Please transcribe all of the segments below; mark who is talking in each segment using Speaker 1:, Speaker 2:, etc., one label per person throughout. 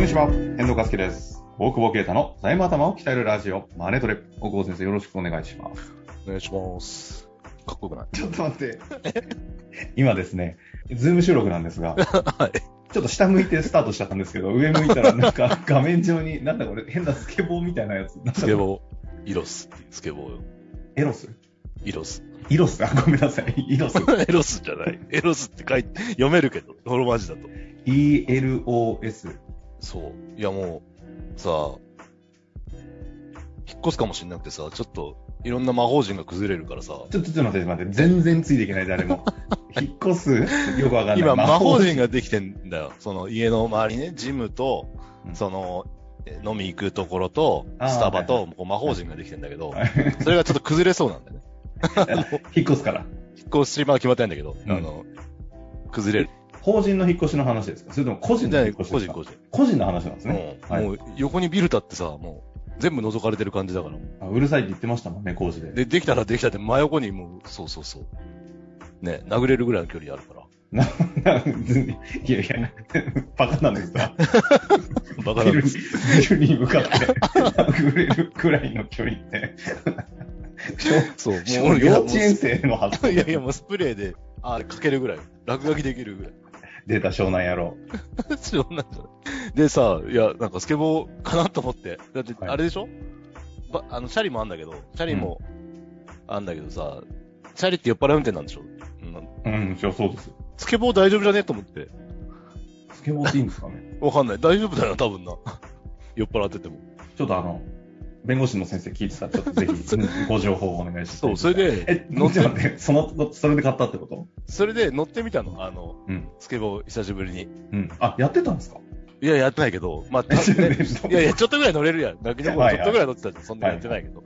Speaker 1: にちは、遠藤和樹です。大久保啓太の財務頭を鍛えるラジオ、マネトレ。大久保先生、よろしくお願いします。
Speaker 2: お願いします。かっこよくない
Speaker 1: ちょっと待って。今ですね、ズーム収録なんですが、
Speaker 2: はい。
Speaker 1: ちょっと下向いてスタートしちゃったんですけど、上向いたらなんか 画面上に、なんだこれ、変なスケボーみたいなやつ。なんだ
Speaker 2: スケボー、イロス、スケボー、
Speaker 1: エロス
Speaker 2: イロス。
Speaker 1: イロスあ、ごめんなさい。イロス。
Speaker 2: エロスじゃない。エロスって書いて、読めるけど、ローマ字だと。
Speaker 1: ELOS。
Speaker 2: そう。いやもう、さあ、引っ越すかもしんなくてさ、ちょっと、いろんな魔法陣が崩れるからさ、
Speaker 1: ちょっと、ちょっと待って、待って。全然ついていけない、誰 も。引っ越す、よくわかんない。
Speaker 2: 今魔法陣ができてんだよ。その家の周りね、ジムと
Speaker 1: う、ん
Speaker 2: その、え飲み行くところと、
Speaker 1: あー
Speaker 2: スタバと、こう魔法陣ができてんだけど
Speaker 1: は、
Speaker 2: それがちょっと崩れそうなんだよね。
Speaker 1: 引っ越すから。
Speaker 2: 引っ越し場は決まってないんだけど、
Speaker 1: うん
Speaker 2: あの、崩れる。
Speaker 1: 法人の引っ越しの話ですかそれとも個人の引っ越し
Speaker 2: 個
Speaker 1: です
Speaker 2: 人
Speaker 1: か
Speaker 2: 個人。
Speaker 1: 個人の話なんです
Speaker 2: うん
Speaker 1: ね。はい
Speaker 2: もう横にビル建ってさ、もう全部覗かれてる感じだから。
Speaker 1: あうるさいって言ってましたもんね、工事で。
Speaker 2: で、できたらできたって真横にもう、そうそうそう。ね、殴れるぐらいの距離あるから。
Speaker 1: いやいや、バカなんですか
Speaker 2: バカ
Speaker 1: ビル
Speaker 2: なん
Speaker 1: に
Speaker 2: です。
Speaker 1: ビルに向かって殴れるくらいの距離って。
Speaker 2: そう、もう
Speaker 1: 小
Speaker 2: 俺
Speaker 1: 幼稚園生の発
Speaker 2: もう
Speaker 1: 想
Speaker 2: いやいや、もうスプレーで、あれかけるぐらい。落書きできるぐらい。
Speaker 1: 出た湘南野郎。
Speaker 2: そんなんじゃないでさ、いや、なんかスケボーかなと思って。だって、
Speaker 1: はい
Speaker 2: あれでしょ、ばあの、シャリもあんだけど、シャリもあんだけどさ、シャリって酔っ払い運転なんでしょうん
Speaker 1: うん、そうそうです。
Speaker 2: スケボー大丈夫じゃねと思って。
Speaker 1: スケボーっていいんですかね
Speaker 2: わかんない。大丈夫だよな、多分な。 酔っ払ってても。
Speaker 1: ちょっとあの、弁護士の先生聞いてたら、ちょっと ぜひご情報をお願いします。
Speaker 2: そう、それで、
Speaker 1: え、乗って待って、その、それで買ったってこと
Speaker 2: それで乗ってみたの。あの、
Speaker 1: うん
Speaker 2: スケボー久しぶりに。
Speaker 1: うん。あ、やってたんですか
Speaker 2: いや、やってないけど、 まあ、たねいやいや、ちょっとぐらい乗れるやん。ガキの頃
Speaker 1: はい
Speaker 2: ち
Speaker 1: はい
Speaker 2: ょっとぐらい乗ってたじゃん。そんなやってないけど。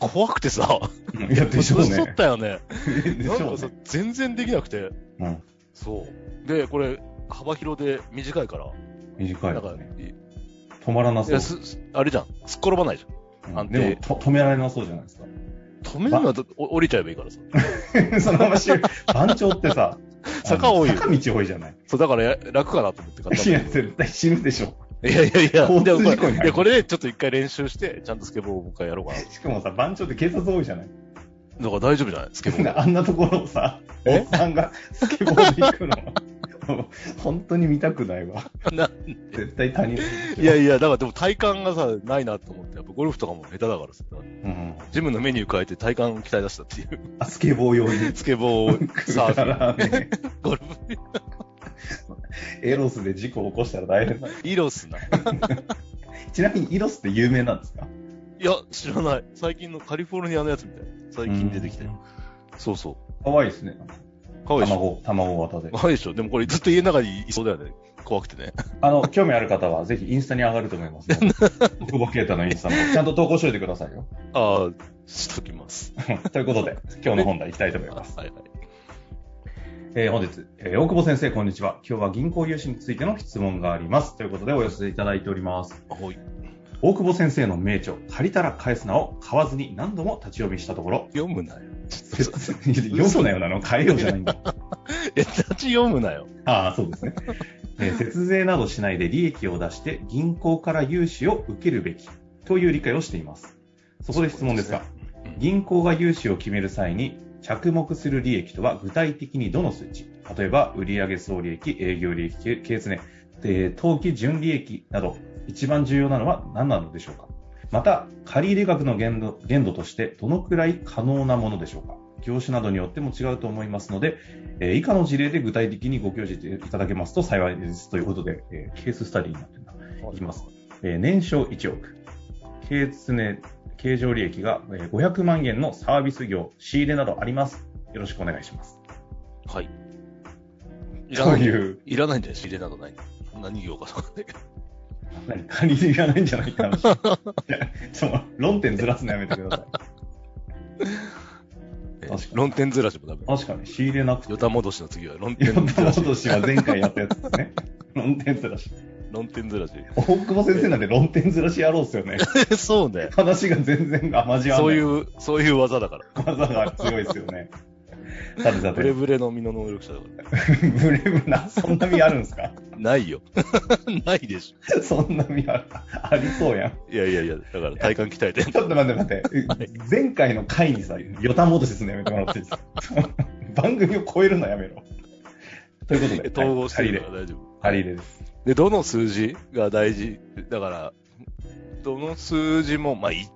Speaker 2: 怖くてさ、
Speaker 1: うんいや、で しょう
Speaker 2: 年取
Speaker 1: ね
Speaker 2: っ。たよね。
Speaker 1: でし
Speaker 2: なん
Speaker 1: ょ
Speaker 2: か
Speaker 1: う
Speaker 2: さ
Speaker 1: ね。、
Speaker 2: 全然できなくて。
Speaker 1: うん。
Speaker 2: そう。で、これ、幅広で短いから、
Speaker 1: 短い
Speaker 2: な
Speaker 1: で
Speaker 2: んか
Speaker 1: すね。、
Speaker 2: い
Speaker 1: 止まらないそう
Speaker 2: や。すすあれじゃん、すっ転ばないじゃん。
Speaker 1: うん
Speaker 2: 安定
Speaker 1: でもと、止められなそうじゃないですか。
Speaker 2: 止めるのはだお降りちゃえばいいから さ。
Speaker 1: そのまま し、番長ってさ、
Speaker 2: 坂多いよ
Speaker 1: あの坂道多いじゃない。
Speaker 2: そう、だからや楽かなと思って買った
Speaker 1: いや、
Speaker 2: んだけど。
Speaker 1: 絶対死ぬでしょ。
Speaker 2: いやいやいや、
Speaker 1: 交
Speaker 2: で
Speaker 1: 通
Speaker 2: も
Speaker 1: 事
Speaker 2: こ
Speaker 1: 故
Speaker 2: れ、
Speaker 1: に
Speaker 2: い
Speaker 1: なる
Speaker 2: やこれでちょっと一回練習して、ちゃんとスケボーをもう一回やろうかな。
Speaker 1: しかもさ、番長って警察多いじゃない。
Speaker 2: だから大丈夫じゃないスケボー。
Speaker 1: あんなところをさ、お
Speaker 2: え
Speaker 1: っさんがスケボーで行くの は。もう本当に見たくないわ。
Speaker 2: な
Speaker 1: 絶対他人。
Speaker 2: いやいや、だからでも体幹がさ、ないなと思って、やっぱゴルフとかも下手だからさ、
Speaker 1: うん、
Speaker 2: ジムのメニュー変えて体幹を鍛え出したって いう、
Speaker 1: あスケボー用に。
Speaker 2: スケボー、サー
Speaker 1: だ
Speaker 2: フ
Speaker 1: か
Speaker 2: ィン、
Speaker 1: らね、
Speaker 2: ゴルフ、
Speaker 1: エロスで事故起こしたら大変だ。
Speaker 2: イロスな。い
Speaker 1: ちなみに、イロスって有名なんですか
Speaker 2: や、知らない。最近のカリフォルニアのやつみたいな。最近出てきて
Speaker 1: う。ん
Speaker 2: そうそ
Speaker 1: かわいいですね。
Speaker 2: う。かわいいでしょ。
Speaker 1: 卵、卵型で。
Speaker 2: かわいいでしょ。でもこれずっと家の中にいそうだよね。怖くてね。
Speaker 1: あの、興味ある方は、ぜひインスタに上がると思います、ね。久保啓太のインスタも、ちゃんと投稿しといてくださいよ。
Speaker 2: ああ、しときます。
Speaker 1: ということで、今日の本題いきたいと思い ます。
Speaker 2: はいはい。
Speaker 1: えー本日、えー大久保先生、こんにちは。今日は銀行融資についての質問があります。ということで、お寄せいただいております。
Speaker 2: あはい
Speaker 1: 大久保先生の名著、借りたら返すなを買わずに何度も立ち読みしたとこ ろ、
Speaker 2: 読むなよ。
Speaker 1: よそなよなの変えようじゃないんだ。
Speaker 2: え、立ち読むなよ。
Speaker 1: ああ、そうですね、え ー節税などしないで利益を出して銀行から融資を受けるべきという理解をしています。そこで質問ですが、
Speaker 2: そうですねうん
Speaker 1: 銀行が融資を決める際に着目する利益とは具体的にどの数値例えば売上総利益、営業利益、経常ね、で当期純利益など一番重要なのは何なのでしょうかまた、借入額の限度限度としてどのくらい可能なものでしょうか業種などによっても違うと思いますので、えー以下の事例で具体的にご教示いただけますと幸いですということで、えーケーススタディになっています。いきます。えー年商1億、経常経常利益がえー500万円のサービス業、仕入れなどあります。よろしくお願いします。
Speaker 2: はい。いら
Speaker 1: と
Speaker 2: ないい。
Speaker 1: う、
Speaker 2: いらないんじゃない仕入れなどない。何行かとかね。
Speaker 1: 何、借り入れがないんじゃないかな。 いやちょっと論点ずらすのやめてください。
Speaker 2: え
Speaker 1: 確かに
Speaker 2: 論点ずらしもダメ。
Speaker 1: 確かに、仕入れなくて。
Speaker 2: ヨタ戻しの次は論
Speaker 1: ヨ
Speaker 2: 点ず
Speaker 1: タ
Speaker 2: らし。
Speaker 1: 戻しは前回やったやつですね。論点ずらし。
Speaker 2: 論点ず らし。
Speaker 1: 大久保先生なんて論点ずらしやろうっすよね。
Speaker 2: そう ね。
Speaker 1: 話が全然、あ、交わらない。
Speaker 2: そういう、そういう技だから。
Speaker 1: 技が強いですよね。さてさ
Speaker 2: ブ
Speaker 1: て
Speaker 2: レ、ブレの身の能力者だか。
Speaker 1: ブレブな、そんな身あるんですから
Speaker 2: ないよ。 ないでし
Speaker 1: そんな身あるありそうやん。
Speaker 2: ょ。いやいやいや、だから体幹鍛えて。
Speaker 1: ちょっと待って待って、前回の回にさ、予断戻しするのやめてもらって いいですか番組を超えるのやめろ。ということで、
Speaker 2: 統合して
Speaker 1: はいハリレ
Speaker 2: るから大丈夫。
Speaker 1: ハリレです。
Speaker 2: で、どの数字が大事だから、どの数字も、まあ、い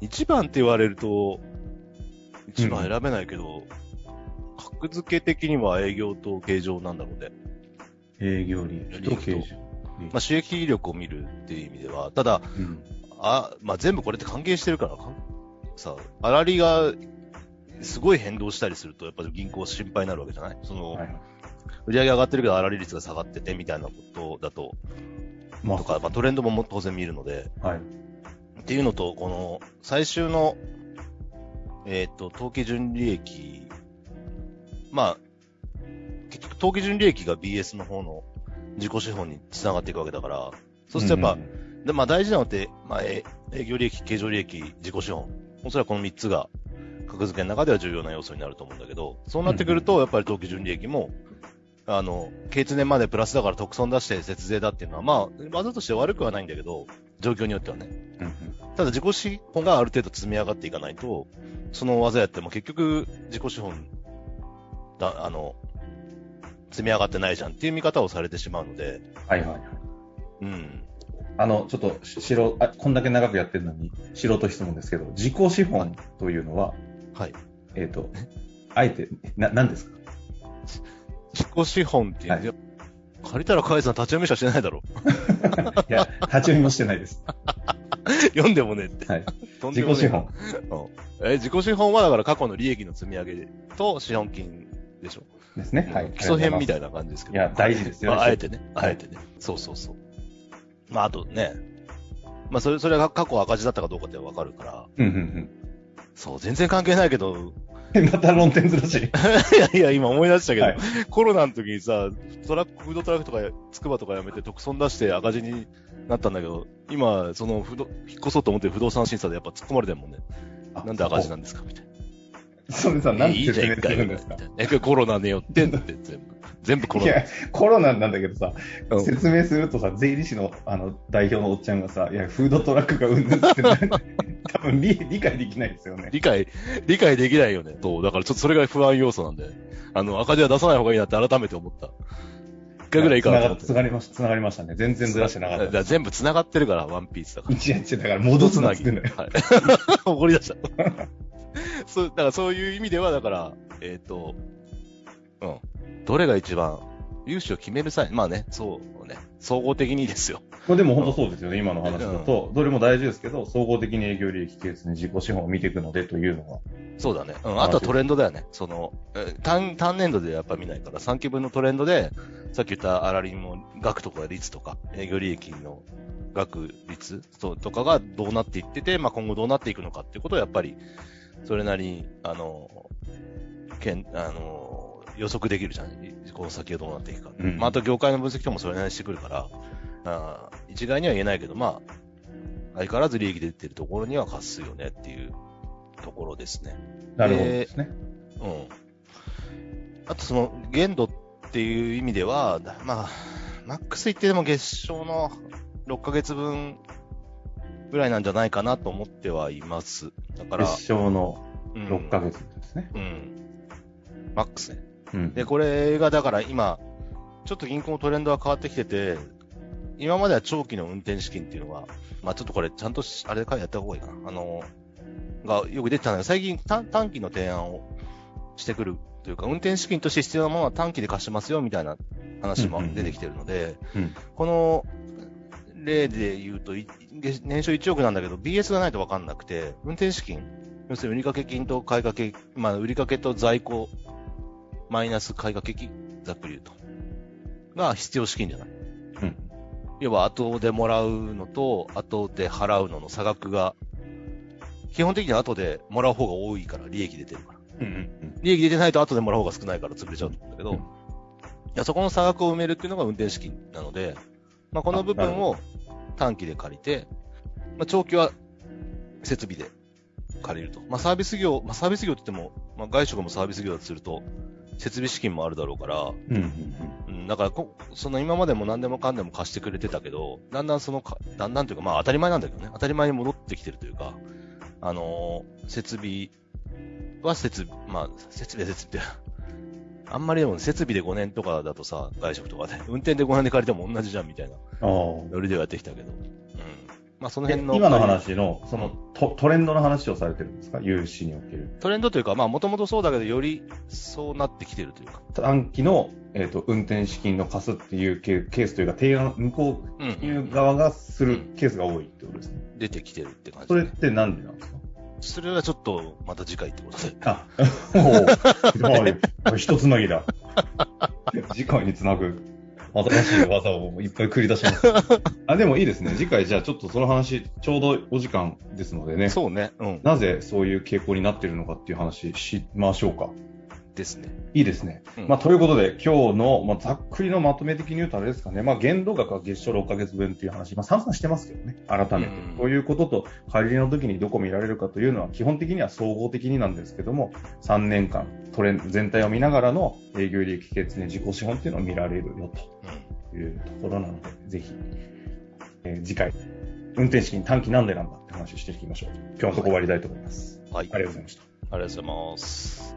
Speaker 2: 一番って言われると、一番選べないけど、格付け的には営業と経常なんだろうね。
Speaker 1: 営業利益と経営者。
Speaker 2: まあ、収益力を見るっていう意味では、ただ、
Speaker 1: うん
Speaker 2: あ、まあ、全部これって関係してるから、かんさ、粗利が、すごい変動したりすると、やっぱり銀行は心配になるわけじゃないその、
Speaker 1: はいはい
Speaker 2: 売上上がってるけど粗利率が下がっててみたいなことだと、
Speaker 1: まあ
Speaker 2: とか、まあ、トレンドもも当然見るので、
Speaker 1: はい。
Speaker 2: っていうのと、この、最終の、えっ、と、当期純利益、まあ、結局、当期純利益が BS の方の自己資本につながっていくわけだから、そうするとやっぱ、
Speaker 1: うん
Speaker 2: でまあ大事なのって、まあ、え営業利益、経常利益、自己資本。おそらくこの3つが、格付けの中では重要な要素になると思うんだけど、そうなってくると、やっぱり当期純利益も、あの、経通年までプラスだから特損出して節税だっていうのは、まあ、技として悪くはないんだけど、状況によってはね。
Speaker 1: うんうん
Speaker 2: ただ自己資本がある程度積み上がっていかないと、その技やっても結局自己資本だ、あの、積み上がってないじゃんっていう見方をされてしまうので、
Speaker 1: はいはいはい。
Speaker 2: うん。
Speaker 1: あの、ちょっと、し素人あ、こんだけ長くやってるのに、素人質問ですけど、自己資本というのは、
Speaker 2: はい。
Speaker 1: えっ、と、あえて、な、何ですか
Speaker 2: 自己資本っていう、
Speaker 1: はい
Speaker 2: いや借りたら返すのは立ち読みしかしてないだろ。
Speaker 1: いや、立ち読みもしてないです。
Speaker 2: 読んでもねえって。
Speaker 1: はい。
Speaker 2: とんで
Speaker 1: 自
Speaker 2: もね
Speaker 1: 己
Speaker 2: え
Speaker 1: 資。本。
Speaker 2: え、自己資本はだから過去の利益の積み上げと資本金でしょ。
Speaker 1: ですね。はい。
Speaker 2: 基礎編み
Speaker 1: い
Speaker 2: たいな感じですけど。
Speaker 1: いや大事ですよね
Speaker 2: まあ。あえてね。あえてね。そうそうそう。まあ、あとね。まあ、それ、それが過去赤字だったかどうかってわかるから。
Speaker 1: な。うんうん
Speaker 2: そう、全然関係ないけど、
Speaker 1: うん。ま た論点ずらし。
Speaker 2: いやいや、今思い出したけど、
Speaker 1: はい
Speaker 2: コロナの時にさ、トラック、フードトラックとか、つくばとかやめて、特損出して赤字になったんだけど、今、その、不動、引っ越そうと思ってる不動産審査でやっぱ突っ込まれてるもんね。 なんで赤字
Speaker 1: な
Speaker 2: なんですかみたいな。
Speaker 1: それさ、なん
Speaker 2: い
Speaker 1: て
Speaker 2: い
Speaker 1: 説
Speaker 2: じゃん、
Speaker 1: 明
Speaker 2: 一
Speaker 1: す
Speaker 2: 回
Speaker 1: るんで
Speaker 2: ぐらい
Speaker 1: すか
Speaker 2: みたいな。え、コロナによってんだって、全部。全部コ
Speaker 1: い
Speaker 2: ロナ。
Speaker 1: や、コロナなんだけどさ、
Speaker 2: うん
Speaker 1: 説明するとさ、税理士のあの代表のおっちゃんがさ、いや、フードトラックがうんぬんってな、 多分理理解できないですよね。
Speaker 2: 理解、理解できないよね。そう。だからちょっとそれが不安要素なんで、あの、赤字は出さない方がいいなって改めて思った。一回ぐらいいいかなと思って。
Speaker 1: つながりました、つながりましたね。全然ずらしてなか
Speaker 2: だ
Speaker 1: っ
Speaker 2: か
Speaker 1: た。
Speaker 2: ら全部繋がってるから、ワンピースだから。
Speaker 1: 一日だから戻すなっつってんだよ。
Speaker 2: はい。 怒り出した。そう、だからそういう意味では、だから、えっ、と、うん。どれが一番、融資を決める際、まあね、そうね、総合的にですよ。
Speaker 1: これでも本当そうですよね、今の話だと。どれも大事ですけど、総合的に営業利益ケースに自己資本を見ていくのでというのが。
Speaker 2: そうだね。うん。あとはトレンドだよね。その、え単、単年度でやっぱ見ないから、3期分のトレンドで、さっき言った粗利も額とか率とか、営業利益の額率ととかがどうなっていってて、まあ今後どうなっていくのかっていうことをやっぱり、それなりに、あの、けん、あの、予測できるじゃないこの先がどうなっていくか。
Speaker 1: うん
Speaker 2: まああと業界の分析ともそれなりにしてくるから、あー一概には言えないけど、まあ、相変わらず利益出てるところには貸すよねっていうところですね。
Speaker 1: なるほどですね。
Speaker 2: うん。あとその、限度っていう意味では、だまあ、マックス言ってでも月賞の6ヶ月分ぐらいなんじゃないかなと思ってはいます。だから、
Speaker 1: 決勝の
Speaker 2: うん
Speaker 1: 6ヶ月ですね。
Speaker 2: うん。マックスね。
Speaker 1: うん。
Speaker 2: で、これがだから今、ちょっと銀行のトレンドが変わってきてて、今までは長期の運転資金っていうのは、まあちょっとこれちゃんとしあれかやった方がいいかな。あの、がよく出てたんだけど、最近短短期の提案をしてくるというか、運転資金として必要なものは短期で貸しますよみたいな話も
Speaker 1: うんうんうん
Speaker 2: 出てきてるので、
Speaker 1: うん
Speaker 2: この例で言うと、い月年商1億なんだけど、BS がないと分かんなくて、運転資金、要するに売掛金と買掛金、まあ、売掛と在庫、マイナス買掛金、ざっくり言うと。が必要資金じゃない。
Speaker 1: うん
Speaker 2: 要は後でもらうのと、後で払うのの差額が、基本的には後でもらう方が多いから、利益出てるから。
Speaker 1: うんうん
Speaker 2: 利益出てないと後でもらう方が少ないから潰れちゃうんだけど、
Speaker 1: うん
Speaker 2: いやそこの差額を埋めるっていうのが運転資金なので、まあ、この部分を短期で借りて、まあ、長期は設備で借りると。まあ、サービス業、まあ、サービス業って言っても、まあ、外食もサービス業だとすると、設備資金もあるだろうから、
Speaker 1: うんうん
Speaker 2: うん、だからこ、その今までも何でもかんでも貸してくれてたけど、だんだんそのか、だんだんというか、まあ当たり前なんだけどね、当たり前に戻ってきてるというか、あのー設備は設備、まあ、設備は設備って、 あんまりでも設備で5年とかだとさ、外食とかで、運転で5年で借りても同じじゃんみたい
Speaker 1: う
Speaker 2: な、
Speaker 1: ん。ああ。
Speaker 2: ノリではやってきたけど、うん。まあその
Speaker 1: で
Speaker 2: 辺の。
Speaker 1: 今の話の、そのトトレンドの話をされてるんですか融資における。
Speaker 2: トレンドというか、まあもともとそうだけど、よりそうなってきてるというか。
Speaker 1: 短期の、えっ、と、運転資金の貸すっていうケケースというか、提案、向こ
Speaker 2: うん
Speaker 1: ういう側がするケースが多いってことですね。
Speaker 2: 出てきてるって感じ。
Speaker 1: それってなんでなんですか
Speaker 2: それはちょっと、また次回ってことで。
Speaker 1: あ、 おお、一つなぎだ。次回につなぐ。新しい技をいっぱい繰り出します。あ、でもいいですね。次回じゃあちょっとその話、ちょうどお時間ですのでね。
Speaker 2: そうね。うん。
Speaker 1: なぜそういう傾向になってるのかっていう話しましょうか。
Speaker 2: ですね。
Speaker 1: いいですね。
Speaker 2: うん
Speaker 1: まあ、ということで、今日の、まあ、ざっくりのまとめ的に言うとあれですかね。まあ、限度額は月賞6ヶ月分っていう話、まあ、散々してますけどね。改めて
Speaker 2: うん。
Speaker 1: ということと、借りの時にどこ見られるかというのは、基本的には総合的になんですけども、3年間、トレンド全体を見ながらの営業利益決ね、自己資本っていうのを見られるよというところなので、ぜひ、えー次回、運転資金短期なんでなんだって話をしていきましょう。今日のとこ終わりたいと思います。
Speaker 2: うん。はい。
Speaker 1: ありがとうございました。
Speaker 2: ありがとうございます。